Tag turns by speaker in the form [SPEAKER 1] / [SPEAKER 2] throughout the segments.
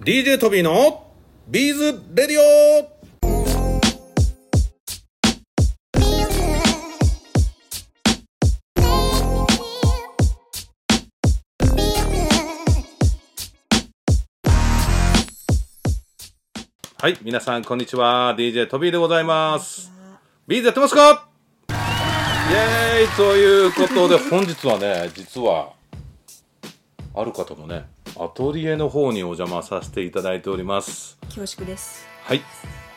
[SPEAKER 1] DJ トビーのビーズレディオはい、皆さんこんにちは。DJ トビーでございます。ビーズやってますかイェーイということで、本日はね、実は、ある方のね、アトリエの方にお邪魔させていただいております。
[SPEAKER 2] 恐縮です。
[SPEAKER 1] はい、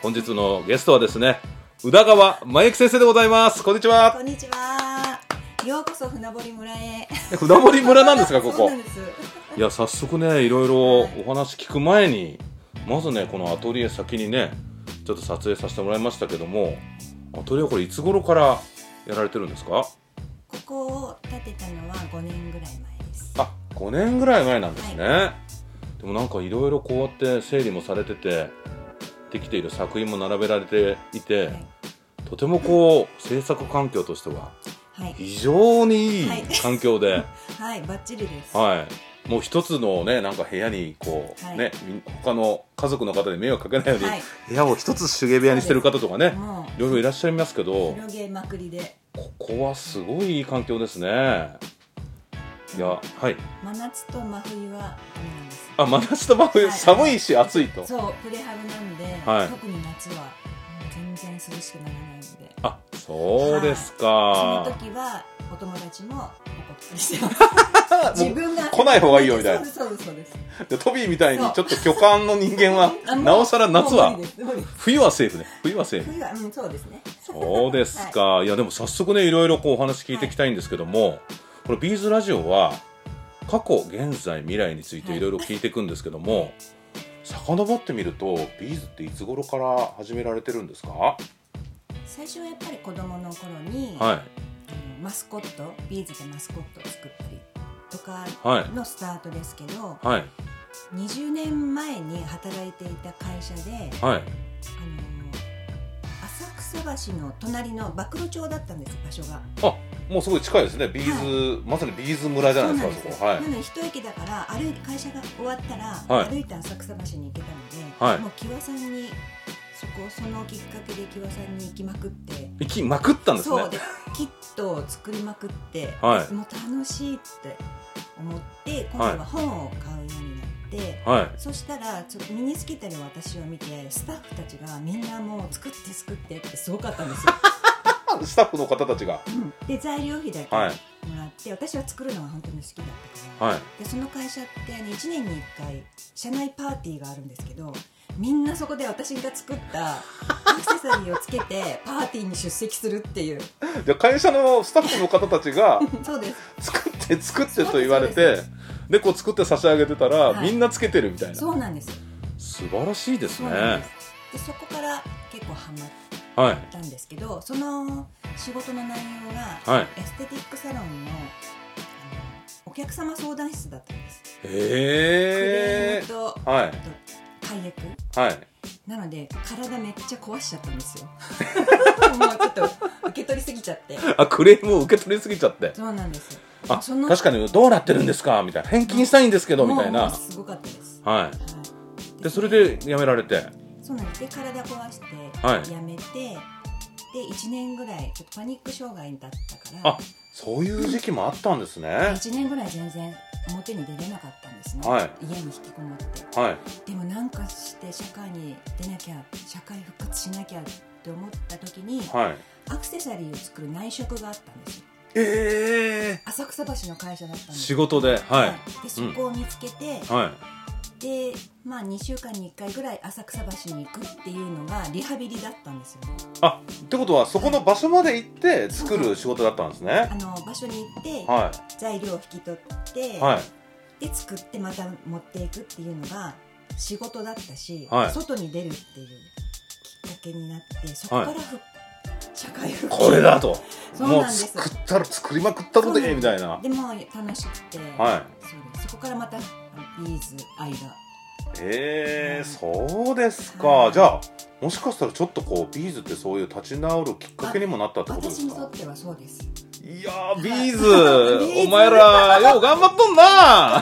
[SPEAKER 1] 本日のゲストはですね、宇田川真由先生でございます。こんにち
[SPEAKER 2] こ
[SPEAKER 1] は。
[SPEAKER 2] んにちは。ようこそ船堀村へ。
[SPEAKER 1] 船堀村なんですか、こ
[SPEAKER 2] そう
[SPEAKER 1] こ
[SPEAKER 2] な。んです。
[SPEAKER 1] いや、早速ね、いろいろお話聞く前に、まずね、このアトリエ先にね、ちょっと撮影させてもらいましたけども、アトリエはこれいつ頃からやられてるんですか
[SPEAKER 2] ここを建てたのは5年ぐらい前です。
[SPEAKER 1] あ5年ぐらい前なんですね、でもなんかいろいろこうやって整理もされててできている作品も並べられていて、
[SPEAKER 2] はい
[SPEAKER 1] とてもこう制作環境としては
[SPEAKER 2] はい。
[SPEAKER 1] 非常にいい
[SPEAKER 2] はい
[SPEAKER 1] 環境で、は い
[SPEAKER 2] はい、バッチリです。
[SPEAKER 1] もう一つのねなんか部屋にこう、
[SPEAKER 2] はい
[SPEAKER 1] ねみん他の家族の方で迷惑かけないように、
[SPEAKER 2] はい
[SPEAKER 1] 部屋を一つ手芸部屋にしてる方とかね
[SPEAKER 2] も
[SPEAKER 1] いろいろいらっしゃいますけ
[SPEAKER 2] う
[SPEAKER 1] ど
[SPEAKER 2] 広げまくりで
[SPEAKER 1] ここはすごいいい環境ですねいやはい
[SPEAKER 2] 真夏と真冬はダメなんです。
[SPEAKER 1] あ真夏と真冬、
[SPEAKER 2] はい
[SPEAKER 1] 寒いし暑いと
[SPEAKER 2] そう、プレハブなんで、
[SPEAKER 1] はい
[SPEAKER 2] 特に夏は全然涼しくならないので。
[SPEAKER 1] あそうですか、
[SPEAKER 2] その時はお友達もおこつして ます。自分が
[SPEAKER 1] 来ない方がいいよみたいな
[SPEAKER 2] そうですそうですそうです。
[SPEAKER 1] でトビーみたいにちょっと巨漢の人間は
[SPEAKER 2] あもう
[SPEAKER 1] なおさら夏
[SPEAKER 2] も
[SPEAKER 1] は
[SPEAKER 2] う無理です無理です
[SPEAKER 1] 冬はセーフね冬はセーフ
[SPEAKER 2] 冬はうんそうですね。
[SPEAKER 1] そうですか、い、やでも早速ねいろいろこうお話聞いていきたいんですけども、これビーズラジオは過去現在未来についていろいろ聞いていくんですけども、遡ってみるとビーズっていつ頃から始められてるんですか、
[SPEAKER 2] 最初はやっぱり子供の頃に、あの
[SPEAKER 1] は
[SPEAKER 2] マスコットビーズでマスコットを作ったりとか
[SPEAKER 1] いはい
[SPEAKER 2] のスタートですけど、
[SPEAKER 1] はい
[SPEAKER 2] 20年前に働いていた会社で、あ
[SPEAKER 1] はい
[SPEAKER 2] の浅草橋の隣の馬黒町だったんです場所が
[SPEAKER 1] もうすごい近いですねビーズ、まさにビーズ村じゃないですかそこはい
[SPEAKER 2] なので一駅だから歩いて会社が終わったら、
[SPEAKER 1] はい
[SPEAKER 2] 歩いて浅草橋に行けたので、
[SPEAKER 1] はい
[SPEAKER 2] もう木和さんにそこそのきっかけで木和さんに行きまくって。
[SPEAKER 1] 行きまくったんですね
[SPEAKER 2] そうでキットを作りまくって、
[SPEAKER 1] はい
[SPEAKER 2] もう楽しいって思って今度は本を買うようになって、
[SPEAKER 1] はい
[SPEAKER 2] そしたらちょっと身につけてる私を見てスタッフたちがみんなもう作って作ってってすごかった んですよ、
[SPEAKER 1] スタッフの方たちが。
[SPEAKER 2] うんで材料費だけも
[SPEAKER 1] は
[SPEAKER 2] ら
[SPEAKER 1] い
[SPEAKER 2] って、私は作るのが本当に好きだったから、
[SPEAKER 1] はい。
[SPEAKER 2] でその会社ってあの1年に1回社内パーティーがあるんですけどみんなそこで私が作ったアクセサリーをつけてパーティーに出席するっ てい う
[SPEAKER 1] じゃあ会社のスタッフの方たちが
[SPEAKER 2] そうです
[SPEAKER 1] 作って作ってと言われて、でこう作って差し上げてたら、
[SPEAKER 2] はい
[SPEAKER 1] みんなつけてるみたいな。
[SPEAKER 2] そうなんです
[SPEAKER 1] 素晴らしいです
[SPEAKER 2] そうなん
[SPEAKER 1] ね
[SPEAKER 2] で。すでそこから結構ハマっ
[SPEAKER 1] はい
[SPEAKER 2] たんですけどその仕事の内容が
[SPEAKER 1] はい。
[SPEAKER 2] エステティックサロンのあのお客様相談室だったんですクレー
[SPEAKER 1] へ
[SPEAKER 2] ムと
[SPEAKER 1] え。はい
[SPEAKER 2] 解約
[SPEAKER 1] はい。
[SPEAKER 2] なので体めっちゃ壊しちゃったんです よもうちょっと受け取りすぎちゃって
[SPEAKER 1] あクレームを受け取りすぎちゃって。
[SPEAKER 2] そうなんです
[SPEAKER 1] あ
[SPEAKER 2] その
[SPEAKER 1] 確かにどうなってるんですかみたいな返金したいんですけどみたい
[SPEAKER 2] もう
[SPEAKER 1] な。
[SPEAKER 2] すごかったです、
[SPEAKER 1] は
[SPEAKER 2] はい
[SPEAKER 1] い。でそれで辞められて。
[SPEAKER 2] そうなんですで体壊して
[SPEAKER 1] はい
[SPEAKER 2] やめて、で1年ぐらいちょっとパニック障害だったから
[SPEAKER 1] あそういう時期もあったんですね。
[SPEAKER 2] 1年ぐらい全然表に出れなかったんですね、
[SPEAKER 1] はい
[SPEAKER 2] 家に引きこもって
[SPEAKER 1] はい
[SPEAKER 2] でもなんかして社会に出なきゃ社会復活しなきゃって思った時に
[SPEAKER 1] はい。
[SPEAKER 2] アクセサリーを作る内職があったんですよ
[SPEAKER 1] ええ
[SPEAKER 2] 浅草橋の会社だったん
[SPEAKER 1] ー。
[SPEAKER 2] です
[SPEAKER 1] 仕事で
[SPEAKER 2] は
[SPEAKER 1] はい
[SPEAKER 2] でそこを見つけて、
[SPEAKER 1] いはい。
[SPEAKER 2] で、まあ、2週間に1回ぐらい浅草橋に行くっていうのがリハビリだったんですよね
[SPEAKER 1] あってことはそこの場所まで行って作る仕事だったんですね
[SPEAKER 2] あの場所に行って、
[SPEAKER 1] は
[SPEAKER 2] 材料を引き取って、
[SPEAKER 1] いはい
[SPEAKER 2] で作ってまた持っていくっていうのが仕事だったし、
[SPEAKER 1] はい
[SPEAKER 2] 外に出るっていうきっかけになってそこからふ、社会復帰
[SPEAKER 1] これだと
[SPEAKER 2] そう
[SPEAKER 1] も
[SPEAKER 2] な
[SPEAKER 1] うん
[SPEAKER 2] です
[SPEAKER 1] 作ったら作りまくったの
[SPEAKER 2] そう
[SPEAKER 1] で
[SPEAKER 2] なん
[SPEAKER 1] みたいな
[SPEAKER 2] でも楽しくて、
[SPEAKER 1] は
[SPEAKER 2] そうですそこからまたビーズ愛が
[SPEAKER 1] いえー、そうです
[SPEAKER 2] は
[SPEAKER 1] か
[SPEAKER 2] い
[SPEAKER 1] じゃあもしかしたらちょっとこうビーズってそういう立ち直るきっかけにもなったってことで
[SPEAKER 2] 私
[SPEAKER 1] す
[SPEAKER 2] にと
[SPEAKER 1] か
[SPEAKER 2] ってはそうです
[SPEAKER 1] いやービーズ
[SPEAKER 2] はい ビーズ
[SPEAKER 1] お前らよう頑張っとんな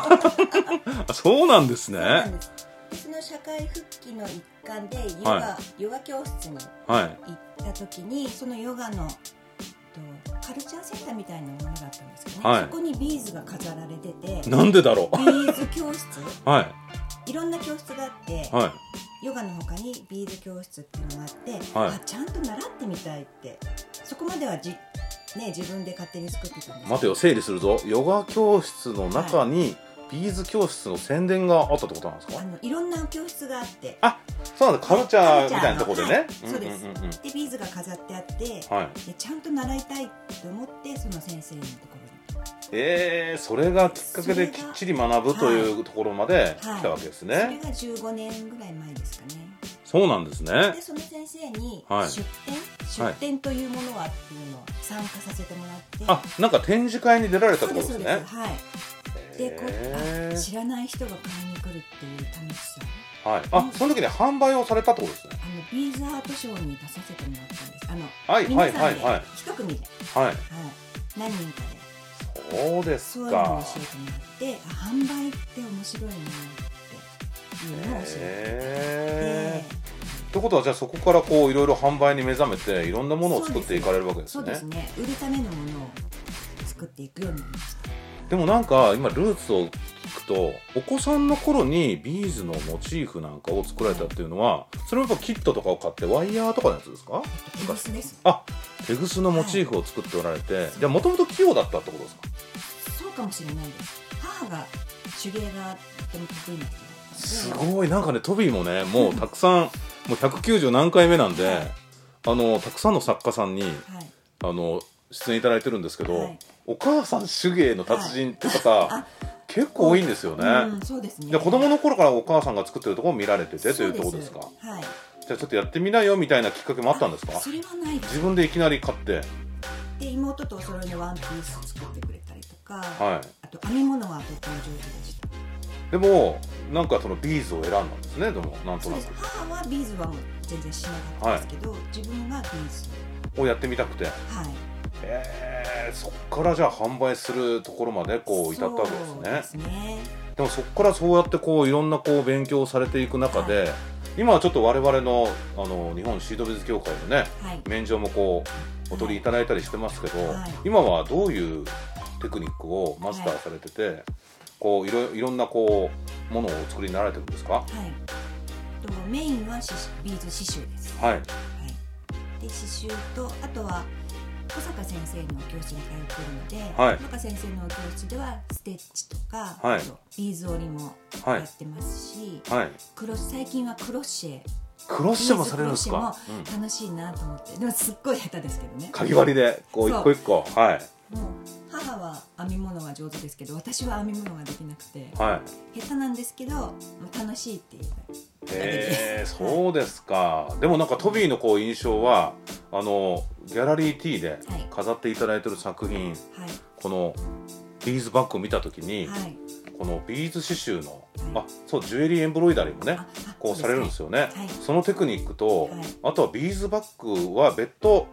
[SPEAKER 1] あそうなんです
[SPEAKER 2] そうな
[SPEAKER 1] ね
[SPEAKER 2] んですでそのの社会復帰の一環でヨガ,、
[SPEAKER 1] は
[SPEAKER 2] ヨガ教室に
[SPEAKER 1] はい
[SPEAKER 2] 行った時にそのヨガのえっとカルチャーセンターみたいなものがあったんですけど、ね
[SPEAKER 1] はい
[SPEAKER 2] そこにビーズが飾られててビ
[SPEAKER 1] なんでだろう
[SPEAKER 2] ーズ教室
[SPEAKER 1] はい
[SPEAKER 2] ろんな教室があって、
[SPEAKER 1] いは
[SPEAKER 2] ヨガの他にビーズ教室っていうのがあって、
[SPEAKER 1] はい
[SPEAKER 2] あちゃんと習ってみたいってそこまではじ、ね、自分で勝手に作ってたんで
[SPEAKER 1] い
[SPEAKER 2] す
[SPEAKER 1] 待てよ整理するぞヨガ教室の中にビーズ教室の宣伝があったってことなんです
[SPEAKER 2] あ
[SPEAKER 1] か
[SPEAKER 2] のいろんな教室があって
[SPEAKER 1] あそうなんだカルチャーみたいなところでね
[SPEAKER 2] カルチャーのはい
[SPEAKER 1] んんんん
[SPEAKER 2] でビーズが飾ってあって、
[SPEAKER 1] はい
[SPEAKER 2] でちゃんと習いたいと思ってその先生のところ
[SPEAKER 1] えー、それがきっかけできっちり学ぶというところまで
[SPEAKER 2] はい
[SPEAKER 1] 来たわけですね、
[SPEAKER 2] にそれが15年ぐらい前ですかね
[SPEAKER 1] そうなんですね
[SPEAKER 2] でその先生に出展、
[SPEAKER 1] はいはい
[SPEAKER 2] 出展というものはっていうのを参加させてもらって
[SPEAKER 1] あなんか展示会に出られた
[SPEAKER 2] そ
[SPEAKER 1] っ
[SPEAKER 2] う
[SPEAKER 1] てことです
[SPEAKER 2] ですそうで
[SPEAKER 1] ね
[SPEAKER 2] すはいでこ
[SPEAKER 1] へ
[SPEAKER 2] うあ
[SPEAKER 1] ー
[SPEAKER 2] 知らない人が買いに来るっていう楽しさ
[SPEAKER 1] はい、あその時に販売をされたってことですね
[SPEAKER 2] あのビーズアートショーに出させてもらったんですあの、
[SPEAKER 1] はいは
[SPEAKER 2] 皆
[SPEAKER 1] い
[SPEAKER 2] さ
[SPEAKER 1] は
[SPEAKER 2] ん
[SPEAKER 1] い
[SPEAKER 2] で
[SPEAKER 1] はい
[SPEAKER 2] 一組で、はい
[SPEAKER 1] はい
[SPEAKER 2] 何人かで
[SPEAKER 1] そうです
[SPEAKER 2] そういうのを
[SPEAKER 1] か
[SPEAKER 2] 教えてもらってあ販売って面白いなっていうのを教えてもら
[SPEAKER 1] え
[SPEAKER 2] って
[SPEAKER 1] ー、ということはじゃあそこからこういろいろ販売に目覚めていろんなものを作っていかれるわけです
[SPEAKER 2] そう
[SPEAKER 1] ね
[SPEAKER 2] ですね売るためのものを作っていくようになりました
[SPEAKER 1] でもなんか今ルーツを聞くとお子さんの頃にビーズのモチーフなんかを作られたっていうのはそれもやっぱキットとかを買ってワイヤーとかのやつですか
[SPEAKER 2] えっとテグスです
[SPEAKER 1] あテグスのモチーフを作っておられて、
[SPEAKER 2] い
[SPEAKER 1] じゃあもともと器用だったってことですか
[SPEAKER 2] そうかもしれないです母が手芸がとても得意な人だったのです
[SPEAKER 1] ごいなんかねトビーも ねもうたくさんもう190何回目なんで、
[SPEAKER 2] はい
[SPEAKER 1] あのたくさんの作家さんに
[SPEAKER 2] はい
[SPEAKER 1] あの出演いただいてるんですけど、
[SPEAKER 2] はい
[SPEAKER 1] お母さん手芸の達人って方、
[SPEAKER 2] あ
[SPEAKER 1] 結構多いんですよね、
[SPEAKER 2] うん、そうですね
[SPEAKER 1] で子供の頃からお母さんが作ってるところを見られててと
[SPEAKER 2] そ
[SPEAKER 1] いう
[SPEAKER 2] う
[SPEAKER 1] ところですか
[SPEAKER 2] はい
[SPEAKER 1] じゃあちょっとやってみなよみたいなきっかけもあったんですか
[SPEAKER 2] それはないです
[SPEAKER 1] 自分でいきなり買って
[SPEAKER 2] で妹とお揃いのワンピース作ってくれたりとか、
[SPEAKER 1] は
[SPEAKER 2] あと編み物はとても上手でした
[SPEAKER 1] いでもなんかそのビーズを選んだんですねでもなんと
[SPEAKER 2] そう
[SPEAKER 1] な
[SPEAKER 2] です
[SPEAKER 1] く
[SPEAKER 2] 母はビーズはもう全然しなかったんですけど、自分がビーズ
[SPEAKER 1] をやってみたくて
[SPEAKER 2] はい
[SPEAKER 1] えー、そこからじゃあ販売するところまでこう至ったわけですねで
[SPEAKER 2] そうですね
[SPEAKER 1] もそこからそうやってこういろんなこう勉強をされていく中で、今はちょっと我々のあの日本シートビズ協会のね
[SPEAKER 2] はい
[SPEAKER 1] 免状もこうお取りいただいたりしてますけど、
[SPEAKER 2] はい
[SPEAKER 1] 今はどういうテクニックをマスターされてて、こういろいろんなこうものをお作りになられてるんですか
[SPEAKER 2] はいとメインは刺繍ビーズ刺繍です
[SPEAKER 1] はい
[SPEAKER 2] はい、で刺繍とあとは小坂先生の教室に通っているので、
[SPEAKER 1] はい
[SPEAKER 2] 小坂先生の教室ではステッチとか、
[SPEAKER 1] はい
[SPEAKER 2] あとビーズ織りも
[SPEAKER 1] はい
[SPEAKER 2] やってますし、
[SPEAKER 1] はい
[SPEAKER 2] クロス最近はクロッシェ
[SPEAKER 1] クロッシェもされるんですか
[SPEAKER 2] ビーズクロッ
[SPEAKER 1] うん
[SPEAKER 2] シェも楽しいなと思って、でもすっごい下手ですけどね
[SPEAKER 1] かぎ針でこう一個一個はい
[SPEAKER 2] もう母は編み物が上手ですけど私は編み物ができなくて
[SPEAKER 1] はい
[SPEAKER 2] 下手なんですけどもう楽しいっていう
[SPEAKER 1] へえそうですかでもなんかトビーのこう印象はあのギャラリー T で
[SPEAKER 2] はい
[SPEAKER 1] 飾っていただいてる作品、
[SPEAKER 2] はい
[SPEAKER 1] このビーズバッグを見た時に、
[SPEAKER 2] はい
[SPEAKER 1] このビーズ刺繍の、
[SPEAKER 2] はい
[SPEAKER 1] あそうジュエリーエンブロイダリーもね
[SPEAKER 2] ああ
[SPEAKER 1] こうされるんですよね
[SPEAKER 2] そうですね
[SPEAKER 1] そのテクニックと、
[SPEAKER 2] はい
[SPEAKER 1] あとはビーズバッグは別途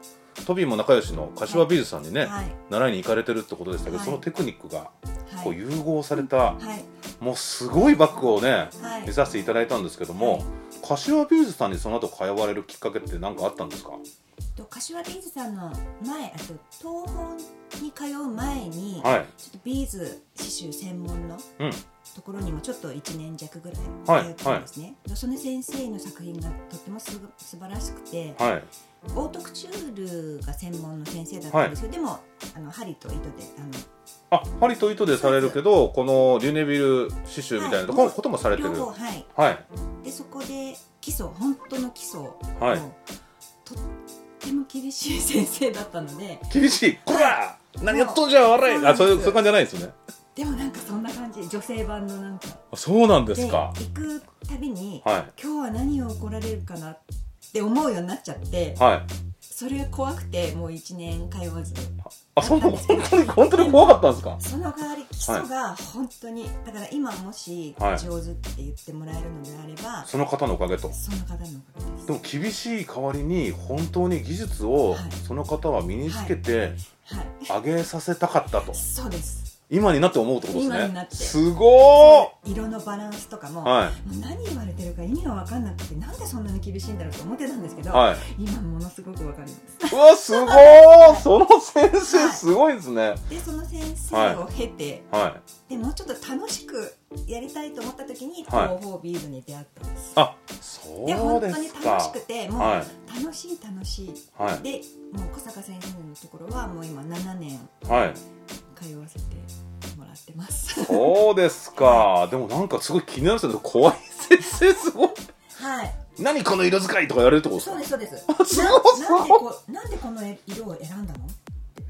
[SPEAKER 1] トビーも仲良しの柏ビーズさんにね、
[SPEAKER 2] はい
[SPEAKER 1] 習いに行かれてるってことでしたけど、
[SPEAKER 2] はい
[SPEAKER 1] そのテクニックが
[SPEAKER 2] はい
[SPEAKER 1] こ
[SPEAKER 2] は
[SPEAKER 1] う
[SPEAKER 2] い
[SPEAKER 1] 融合された、
[SPEAKER 2] はい
[SPEAKER 1] もうすごいバッグをね、
[SPEAKER 2] はい
[SPEAKER 1] 目指していただいたんですけども、
[SPEAKER 2] はい
[SPEAKER 1] 柏ビーズさんにその後通われるきっかけって何かあったんですか
[SPEAKER 2] と柏ビーズさんの前あと東本に通う前に、
[SPEAKER 1] はい
[SPEAKER 2] ちょっとビーズ刺繍専門の
[SPEAKER 1] うん
[SPEAKER 2] ところにもちょっと1年弱ぐら
[SPEAKER 1] はい
[SPEAKER 2] い通ったんですね、でその先生の作品がとってもすぐ素晴らしくて、
[SPEAKER 1] はい
[SPEAKER 2] オートクチュールが専門の先生だったんですよ、でもあの針と糸であ
[SPEAKER 1] あ
[SPEAKER 2] の
[SPEAKER 1] 針と糸でされるけどこのリュネビル刺繍みたいなとこ,、
[SPEAKER 2] はい
[SPEAKER 1] こともされてる
[SPEAKER 2] 両方はい
[SPEAKER 1] はい
[SPEAKER 2] でそこで基礎本当の基礎を、
[SPEAKER 1] はい
[SPEAKER 2] とっても厳しい先生だったので
[SPEAKER 1] 厳しいこら何やっとんじゃ悪
[SPEAKER 2] そう
[SPEAKER 1] い
[SPEAKER 2] なん
[SPEAKER 1] あ
[SPEAKER 2] です
[SPEAKER 1] そういうそういう感じじゃないですね
[SPEAKER 2] でもなんかそんな感じ女性版のなんか。
[SPEAKER 1] あそうなんで
[SPEAKER 2] です
[SPEAKER 1] か
[SPEAKER 2] 行くたびに、
[SPEAKER 1] はい
[SPEAKER 2] 今日は何を怒られるかなって思うようになっちゃって、
[SPEAKER 1] はい
[SPEAKER 2] それが怖くてもう1年通わず
[SPEAKER 1] あそんな本当に本当に怖かったんですか
[SPEAKER 2] その代わり基礎が本当に、だから今もし
[SPEAKER 1] はい
[SPEAKER 2] 上手って言ってもらえるのであれば、
[SPEAKER 1] その方のおかげと
[SPEAKER 2] その方のおかげです
[SPEAKER 1] でも厳しい代わりに本当に技術を
[SPEAKER 2] はい
[SPEAKER 1] その方は身につけて
[SPEAKER 2] はい
[SPEAKER 1] 上げさせたかったと、
[SPEAKER 2] そうです
[SPEAKER 1] 今になって思うってことですね
[SPEAKER 2] 今になって
[SPEAKER 1] すごー
[SPEAKER 2] 色のバランスとかも、
[SPEAKER 1] は
[SPEAKER 2] もう何言われてるか意味が分かんなくてなんでそんなに厳しいんだろうと思ってたんですけ
[SPEAKER 1] い
[SPEAKER 2] ど、
[SPEAKER 1] はい
[SPEAKER 2] 今ものすごく分かります
[SPEAKER 1] うわすごーその先生すごいですね
[SPEAKER 2] でその先生を経て、
[SPEAKER 1] はい
[SPEAKER 2] でもうちょっと楽しくやりたいと思った時に
[SPEAKER 1] はい
[SPEAKER 2] 東方ビーズに出会ったんです、
[SPEAKER 1] あ
[SPEAKER 2] で
[SPEAKER 1] そう
[SPEAKER 2] 本当
[SPEAKER 1] で
[SPEAKER 2] に
[SPEAKER 1] す
[SPEAKER 2] 楽し
[SPEAKER 1] か
[SPEAKER 2] くてもう
[SPEAKER 1] は
[SPEAKER 2] 楽しい楽しい、
[SPEAKER 1] いは
[SPEAKER 2] でもう小坂先生のところはもう今7年
[SPEAKER 1] いはい
[SPEAKER 2] 通わせてもらってます。
[SPEAKER 1] そうですかでもなんかすごい気になるんですけど怖い先生すごい
[SPEAKER 2] はい。
[SPEAKER 1] 何この色使いとか言われるってことです
[SPEAKER 2] そ
[SPEAKER 1] か
[SPEAKER 2] うですそうです。
[SPEAKER 1] す
[SPEAKER 2] な
[SPEAKER 1] ごい
[SPEAKER 2] なんでこなんでこの色を選んだの？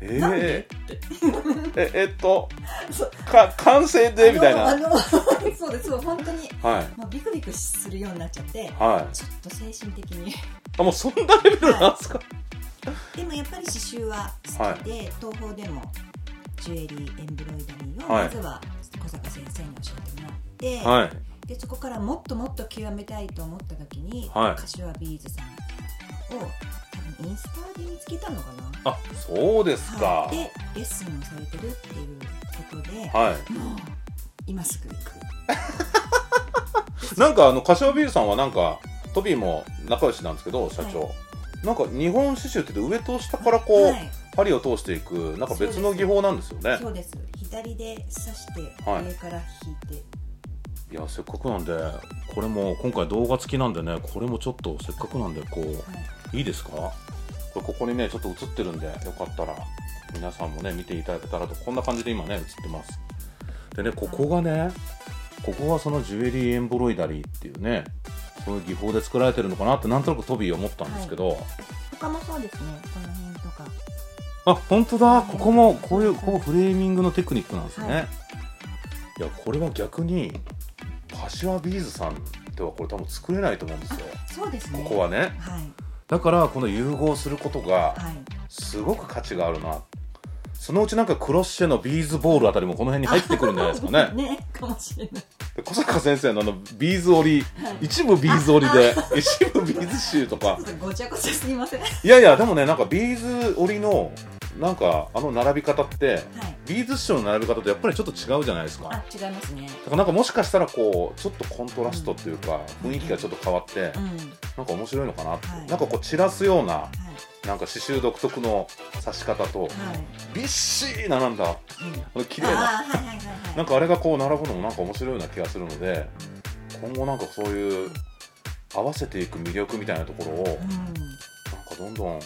[SPEAKER 1] え
[SPEAKER 2] なんで
[SPEAKER 1] ーええっと
[SPEAKER 2] そう
[SPEAKER 1] か完成でみたい
[SPEAKER 2] あ
[SPEAKER 1] な
[SPEAKER 2] のあ のそうですそう本当に
[SPEAKER 1] はい
[SPEAKER 2] もうビクビクするようになっちゃって。
[SPEAKER 1] はい
[SPEAKER 2] ちょっと精神的に
[SPEAKER 1] あもうそんなレベルなんですか
[SPEAKER 2] でもやっぱり刺繍は好きで、東宝でもジュエリーエンブロイダリーを
[SPEAKER 1] はい
[SPEAKER 2] まずは小坂先生に教えてもらって、
[SPEAKER 1] はい
[SPEAKER 2] でそこからもっともっと極めたいと思った時に、
[SPEAKER 1] はい
[SPEAKER 2] 柏ビーズさんを多分インスタで見つけたのかな
[SPEAKER 1] あそうですか
[SPEAKER 2] はい、でレッスンをされてるっていうことで、
[SPEAKER 1] はい
[SPEAKER 2] もう 今すぐ行く
[SPEAKER 1] なんかあの柏ビールさんはなんかトビーも仲良しなんですけど社長、なんか日本刺繍って言って上と下からこう、
[SPEAKER 2] はい、
[SPEAKER 1] 針を通していくなんか別の技法なんですよね
[SPEAKER 2] そうです左で刺して
[SPEAKER 1] はい
[SPEAKER 2] 上から引いて、
[SPEAKER 1] いやせっかくなんでこれも今回動画付きなんでねこれもちょっとせっかくなんでこう
[SPEAKER 2] はい
[SPEAKER 1] いいですかこれここにねちょっと映ってるんでよかったら皆さんもね見ていただけたらとこんな感じで今ね映ってますでねここがねここがそのジュエリーエンボロイダリーっていうねそういう技法で作られてるのかなってなんとなくトビー思ったんですけど、
[SPEAKER 2] 他もそうですねこの辺とか
[SPEAKER 1] あ本当だここもこういうこうフレーミングのテクニックなんですね、、
[SPEAKER 2] はい
[SPEAKER 1] やこれは逆に柏ビーズさんではこれ多分作れないと思うんですよ
[SPEAKER 2] そうです
[SPEAKER 1] こ
[SPEAKER 2] ね
[SPEAKER 1] こはね
[SPEAKER 2] はい
[SPEAKER 1] だからこの融合することが
[SPEAKER 2] はい
[SPEAKER 1] すごく価値があるなそのうちなんかクロッシェのビーズボールあたりもこの辺に入ってくるんじゃないですかね
[SPEAKER 2] ねかもしれない
[SPEAKER 1] で小坂先生のあのビーズ織り一部ビーズ織り で一部ビーズ集とか
[SPEAKER 2] ちょっとごちゃごちゃすみませんはい
[SPEAKER 1] やいやでもねなんかビーズ織りのなんかあの並び方って
[SPEAKER 2] い
[SPEAKER 1] ビーズショーの並べ方とやっぱりちょっと違うじゃないですか。だ
[SPEAKER 2] あ違いますね
[SPEAKER 1] からなんかもしかしたらこうちょっとコントラストっていうか雰囲気がちょっと変わって
[SPEAKER 2] うんはい
[SPEAKER 1] なんか面白いのかなって
[SPEAKER 2] は
[SPEAKER 1] な
[SPEAKER 2] い
[SPEAKER 1] んかこう散らすようななんか刺繍独特の刺し方と
[SPEAKER 2] はい
[SPEAKER 1] びっしり並んだ
[SPEAKER 2] うん
[SPEAKER 1] あの綺麗な
[SPEAKER 2] あーはいはいはいはい
[SPEAKER 1] なんかあれがこう並ぶのもなんか面白いような気がするので今後なんかそういう合わせていく魅力みたいなところをなん
[SPEAKER 2] うん
[SPEAKER 1] かどんどん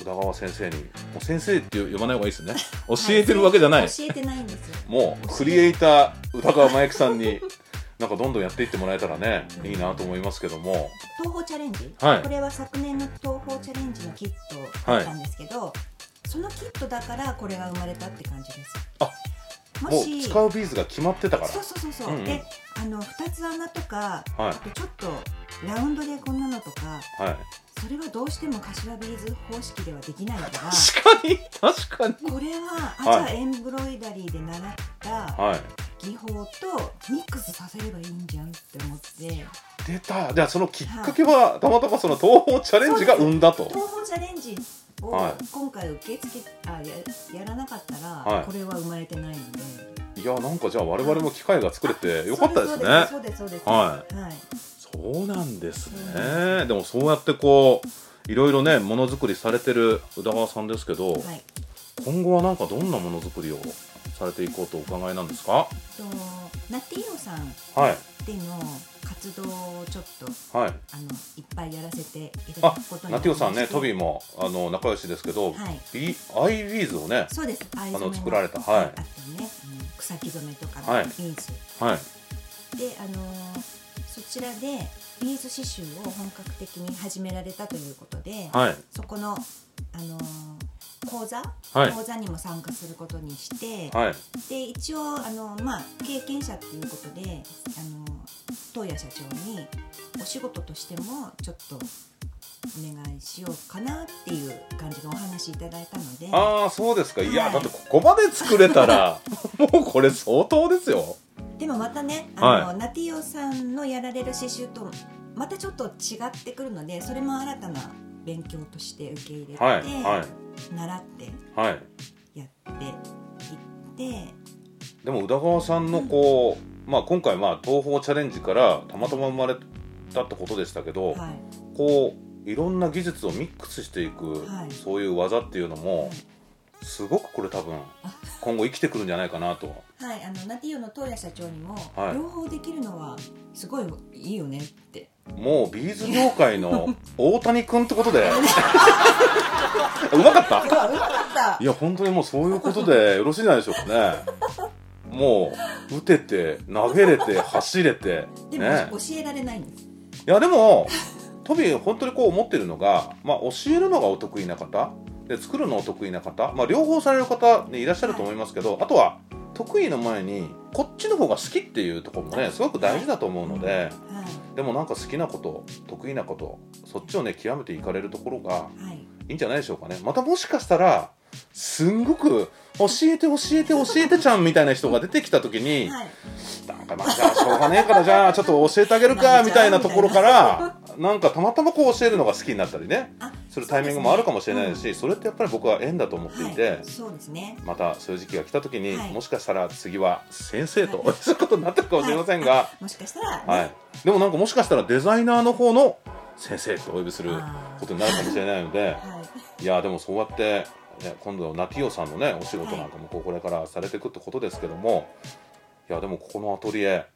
[SPEAKER 1] 宇田川先生にもう先生って呼ばない方がいいです ね教えてるわけじゃない、
[SPEAKER 2] 教えてないんですよ
[SPEAKER 1] もうクリエイター宇田川真由紀さんになんかどんどんやっていってもらえたらねいいなと思いますけども
[SPEAKER 2] 東宝チャレンジ、
[SPEAKER 1] はい
[SPEAKER 2] これは昨年の東宝チャレンジのキットだったんですけど、そのキットだからこれが生まれたって感じです
[SPEAKER 1] あ
[SPEAKER 2] も
[SPEAKER 1] もう
[SPEAKER 2] し
[SPEAKER 1] 使うビーズが決まってたか
[SPEAKER 2] そうそうそうそう、
[SPEAKER 1] うんうん
[SPEAKER 2] であの二つ穴とか、
[SPEAKER 1] はい
[SPEAKER 2] あとちょっとラウンドでこんなのとか
[SPEAKER 1] らはい
[SPEAKER 2] それはどうしても柏ビーズ方式ではできないから
[SPEAKER 1] 確かに確かに
[SPEAKER 2] これはアジ
[SPEAKER 1] はい
[SPEAKER 2] ャエンブロイダリーで習った
[SPEAKER 1] はい
[SPEAKER 2] 技法とミックスさせればいいんじゃんって思って
[SPEAKER 1] 出たじゃあそのきっかけはたまたまその東宝チャレンジが生んだと
[SPEAKER 2] 東宝チャレンジを
[SPEAKER 1] は
[SPEAKER 2] 今回受け付けあややらなかったら、
[SPEAKER 1] はい
[SPEAKER 2] これは生まれてないので
[SPEAKER 1] いやなんかじゃあ我々も機会が作れてよかったですね
[SPEAKER 2] そうですそうですそうです、
[SPEAKER 1] はい
[SPEAKER 2] はい、
[SPEAKER 1] そうなんですねでもそうやってこういろいろねものづくりされてる宇田川さんですけど
[SPEAKER 2] はい
[SPEAKER 1] 今後はなんかどんなものづくりをされていこうとお考えなんですか
[SPEAKER 2] とナティーオさん
[SPEAKER 1] はい
[SPEAKER 2] での活動をちょっと
[SPEAKER 1] はい
[SPEAKER 2] あのいっぱいやらせていただ
[SPEAKER 1] あ
[SPEAKER 2] くこと、に
[SPEAKER 1] ナティオさんね、トビー
[SPEAKER 2] ー
[SPEAKER 1] もあの仲良しですけど、
[SPEAKER 2] はい
[SPEAKER 1] ビアイビーズをね、
[SPEAKER 2] そうですあ
[SPEAKER 1] あの作られたはい
[SPEAKER 2] あとね、うん草木染めとかの
[SPEAKER 1] はい
[SPEAKER 2] ビーズ、
[SPEAKER 1] はい、
[SPEAKER 2] であのーそちらでビーズ刺繍を本格的に始められたということで、
[SPEAKER 1] はい、
[SPEAKER 2] そこの、あのー講座、
[SPEAKER 1] はい
[SPEAKER 2] 講座にも参加することにして、
[SPEAKER 1] はい、
[SPEAKER 2] で一応、あのまあ、経験者っていうことで、あの東谷社長にお仕事としてもちょっとお願いしようかなっていう感じのお話いただいたので
[SPEAKER 1] ああ、そうですか、いや、
[SPEAKER 2] はい
[SPEAKER 1] だってここまで作れたら、もうこれ相当ですよ。
[SPEAKER 2] でもまたねあの、
[SPEAKER 1] は
[SPEAKER 2] ナティオさんのやられる刺繍とまたちょっと違ってくるのでそれも新たな勉強として受け入れて、
[SPEAKER 1] はい、は
[SPEAKER 2] 習って
[SPEAKER 1] い、はい、
[SPEAKER 2] やっていって
[SPEAKER 1] でも宇田川さんのこう、まあ、今回まあ東宝チャレンジからたまたま生まれたってことでしたけど、
[SPEAKER 2] はい
[SPEAKER 1] こういろんな技術をミックスしていく、
[SPEAKER 2] はい
[SPEAKER 1] そういう技っていうのもすごくこれ多分今後生きてくるんじゃないかなと
[SPEAKER 2] はい、あのナティオの東谷社長にも、
[SPEAKER 1] はい
[SPEAKER 2] 両方できるのはすごいいいよね って
[SPEAKER 1] もうビーズ業界の大谷君ってことでうまかった
[SPEAKER 2] あうまかった
[SPEAKER 1] いや本当にもうそういうことでよろしいんじゃないでしょうかねもう打てて投げれて走れて
[SPEAKER 2] でも、
[SPEAKER 1] ね
[SPEAKER 2] 教えられないんです
[SPEAKER 1] いやでもトビー本当にこう思ってるのが、まあ、教えるのがお得意な方で作るのお得意な方、まあ、両方される方、ね、いらっしゃると思いますけど、あとは得意の前にこっちの方が好きっていうところもねすごく大事だと思うので、
[SPEAKER 2] は
[SPEAKER 1] でもなんか好きなこと得意なことそっちをね極めていかれるところが
[SPEAKER 2] い、はい、
[SPEAKER 1] いいんじゃないでしょうかねまたもしかしたらすんごく教えて教えて教えてちゃんみたいな人が出てきた時に、
[SPEAKER 2] はい、
[SPEAKER 1] なんかまあじゃあしょうがねえからじゃあちょっと教えてあげるかみたいなところ からなんかたまたまこう教えるのが好きになったりね
[SPEAKER 2] あ
[SPEAKER 1] するタイミングもあるかもしれないしそれってやっぱり僕は縁だと思っていて
[SPEAKER 2] はい、そうですね
[SPEAKER 1] またそういう時期が来た時に
[SPEAKER 2] はい
[SPEAKER 1] もしかしたら次は先生とそういうことになってるかもしれませんが
[SPEAKER 2] もしかしたら、ね
[SPEAKER 1] はいでもなんかもしかしたらデザイナーの方の先生とお呼びする
[SPEAKER 2] あー
[SPEAKER 1] ことになるかもしれないので
[SPEAKER 2] はい
[SPEAKER 1] いやでもそうやって、ね、今度ナティオさんのねお仕事なんかもこうこれからされていくってことですけどもいやでもここのアトリエ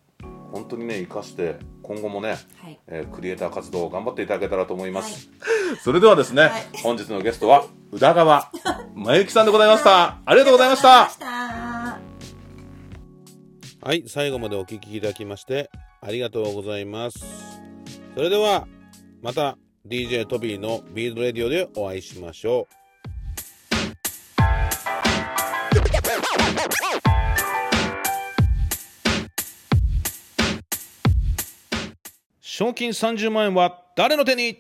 [SPEAKER 1] 本当にね生かして今後もね、
[SPEAKER 2] はい
[SPEAKER 1] えークリエイター活動を頑張っていただけたらと思います、それではですね、
[SPEAKER 2] はい
[SPEAKER 1] 本日のゲストは宇田川真由紀さんでございました ありが
[SPEAKER 2] あ
[SPEAKER 1] とうございました
[SPEAKER 2] りがとうございました
[SPEAKER 3] はい、最後までお聞きいただきましてありがとうございます。それではまた DJ トビーのビードレディオでお会いしましょう。
[SPEAKER 1] 賞金30万円は誰の手にイ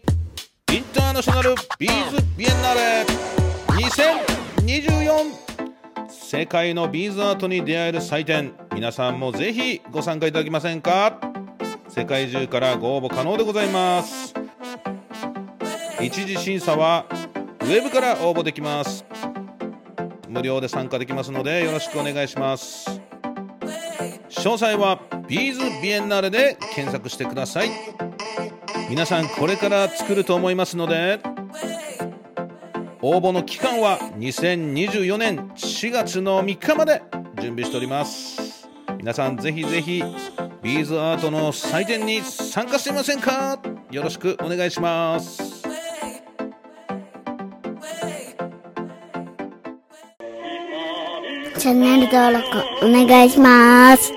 [SPEAKER 1] ンターナショナルビーズビエンナーレ2024世界のビーズアートに出会える祭典皆さんもぜひご参加いただけませんか世界中からご応募可能でございます一次審査はウェブから応募できます無料で参加できますのでよろしくお願いします詳細はビーズビエンナーレで検索してください皆さんこれから作ると思いますので応募の期間は2024年4月の3日まで準備しております皆さんぜひぜひビーズアートの祭典に参加してみませんかよろしくお願いします
[SPEAKER 4] チャンネル登録お願いします。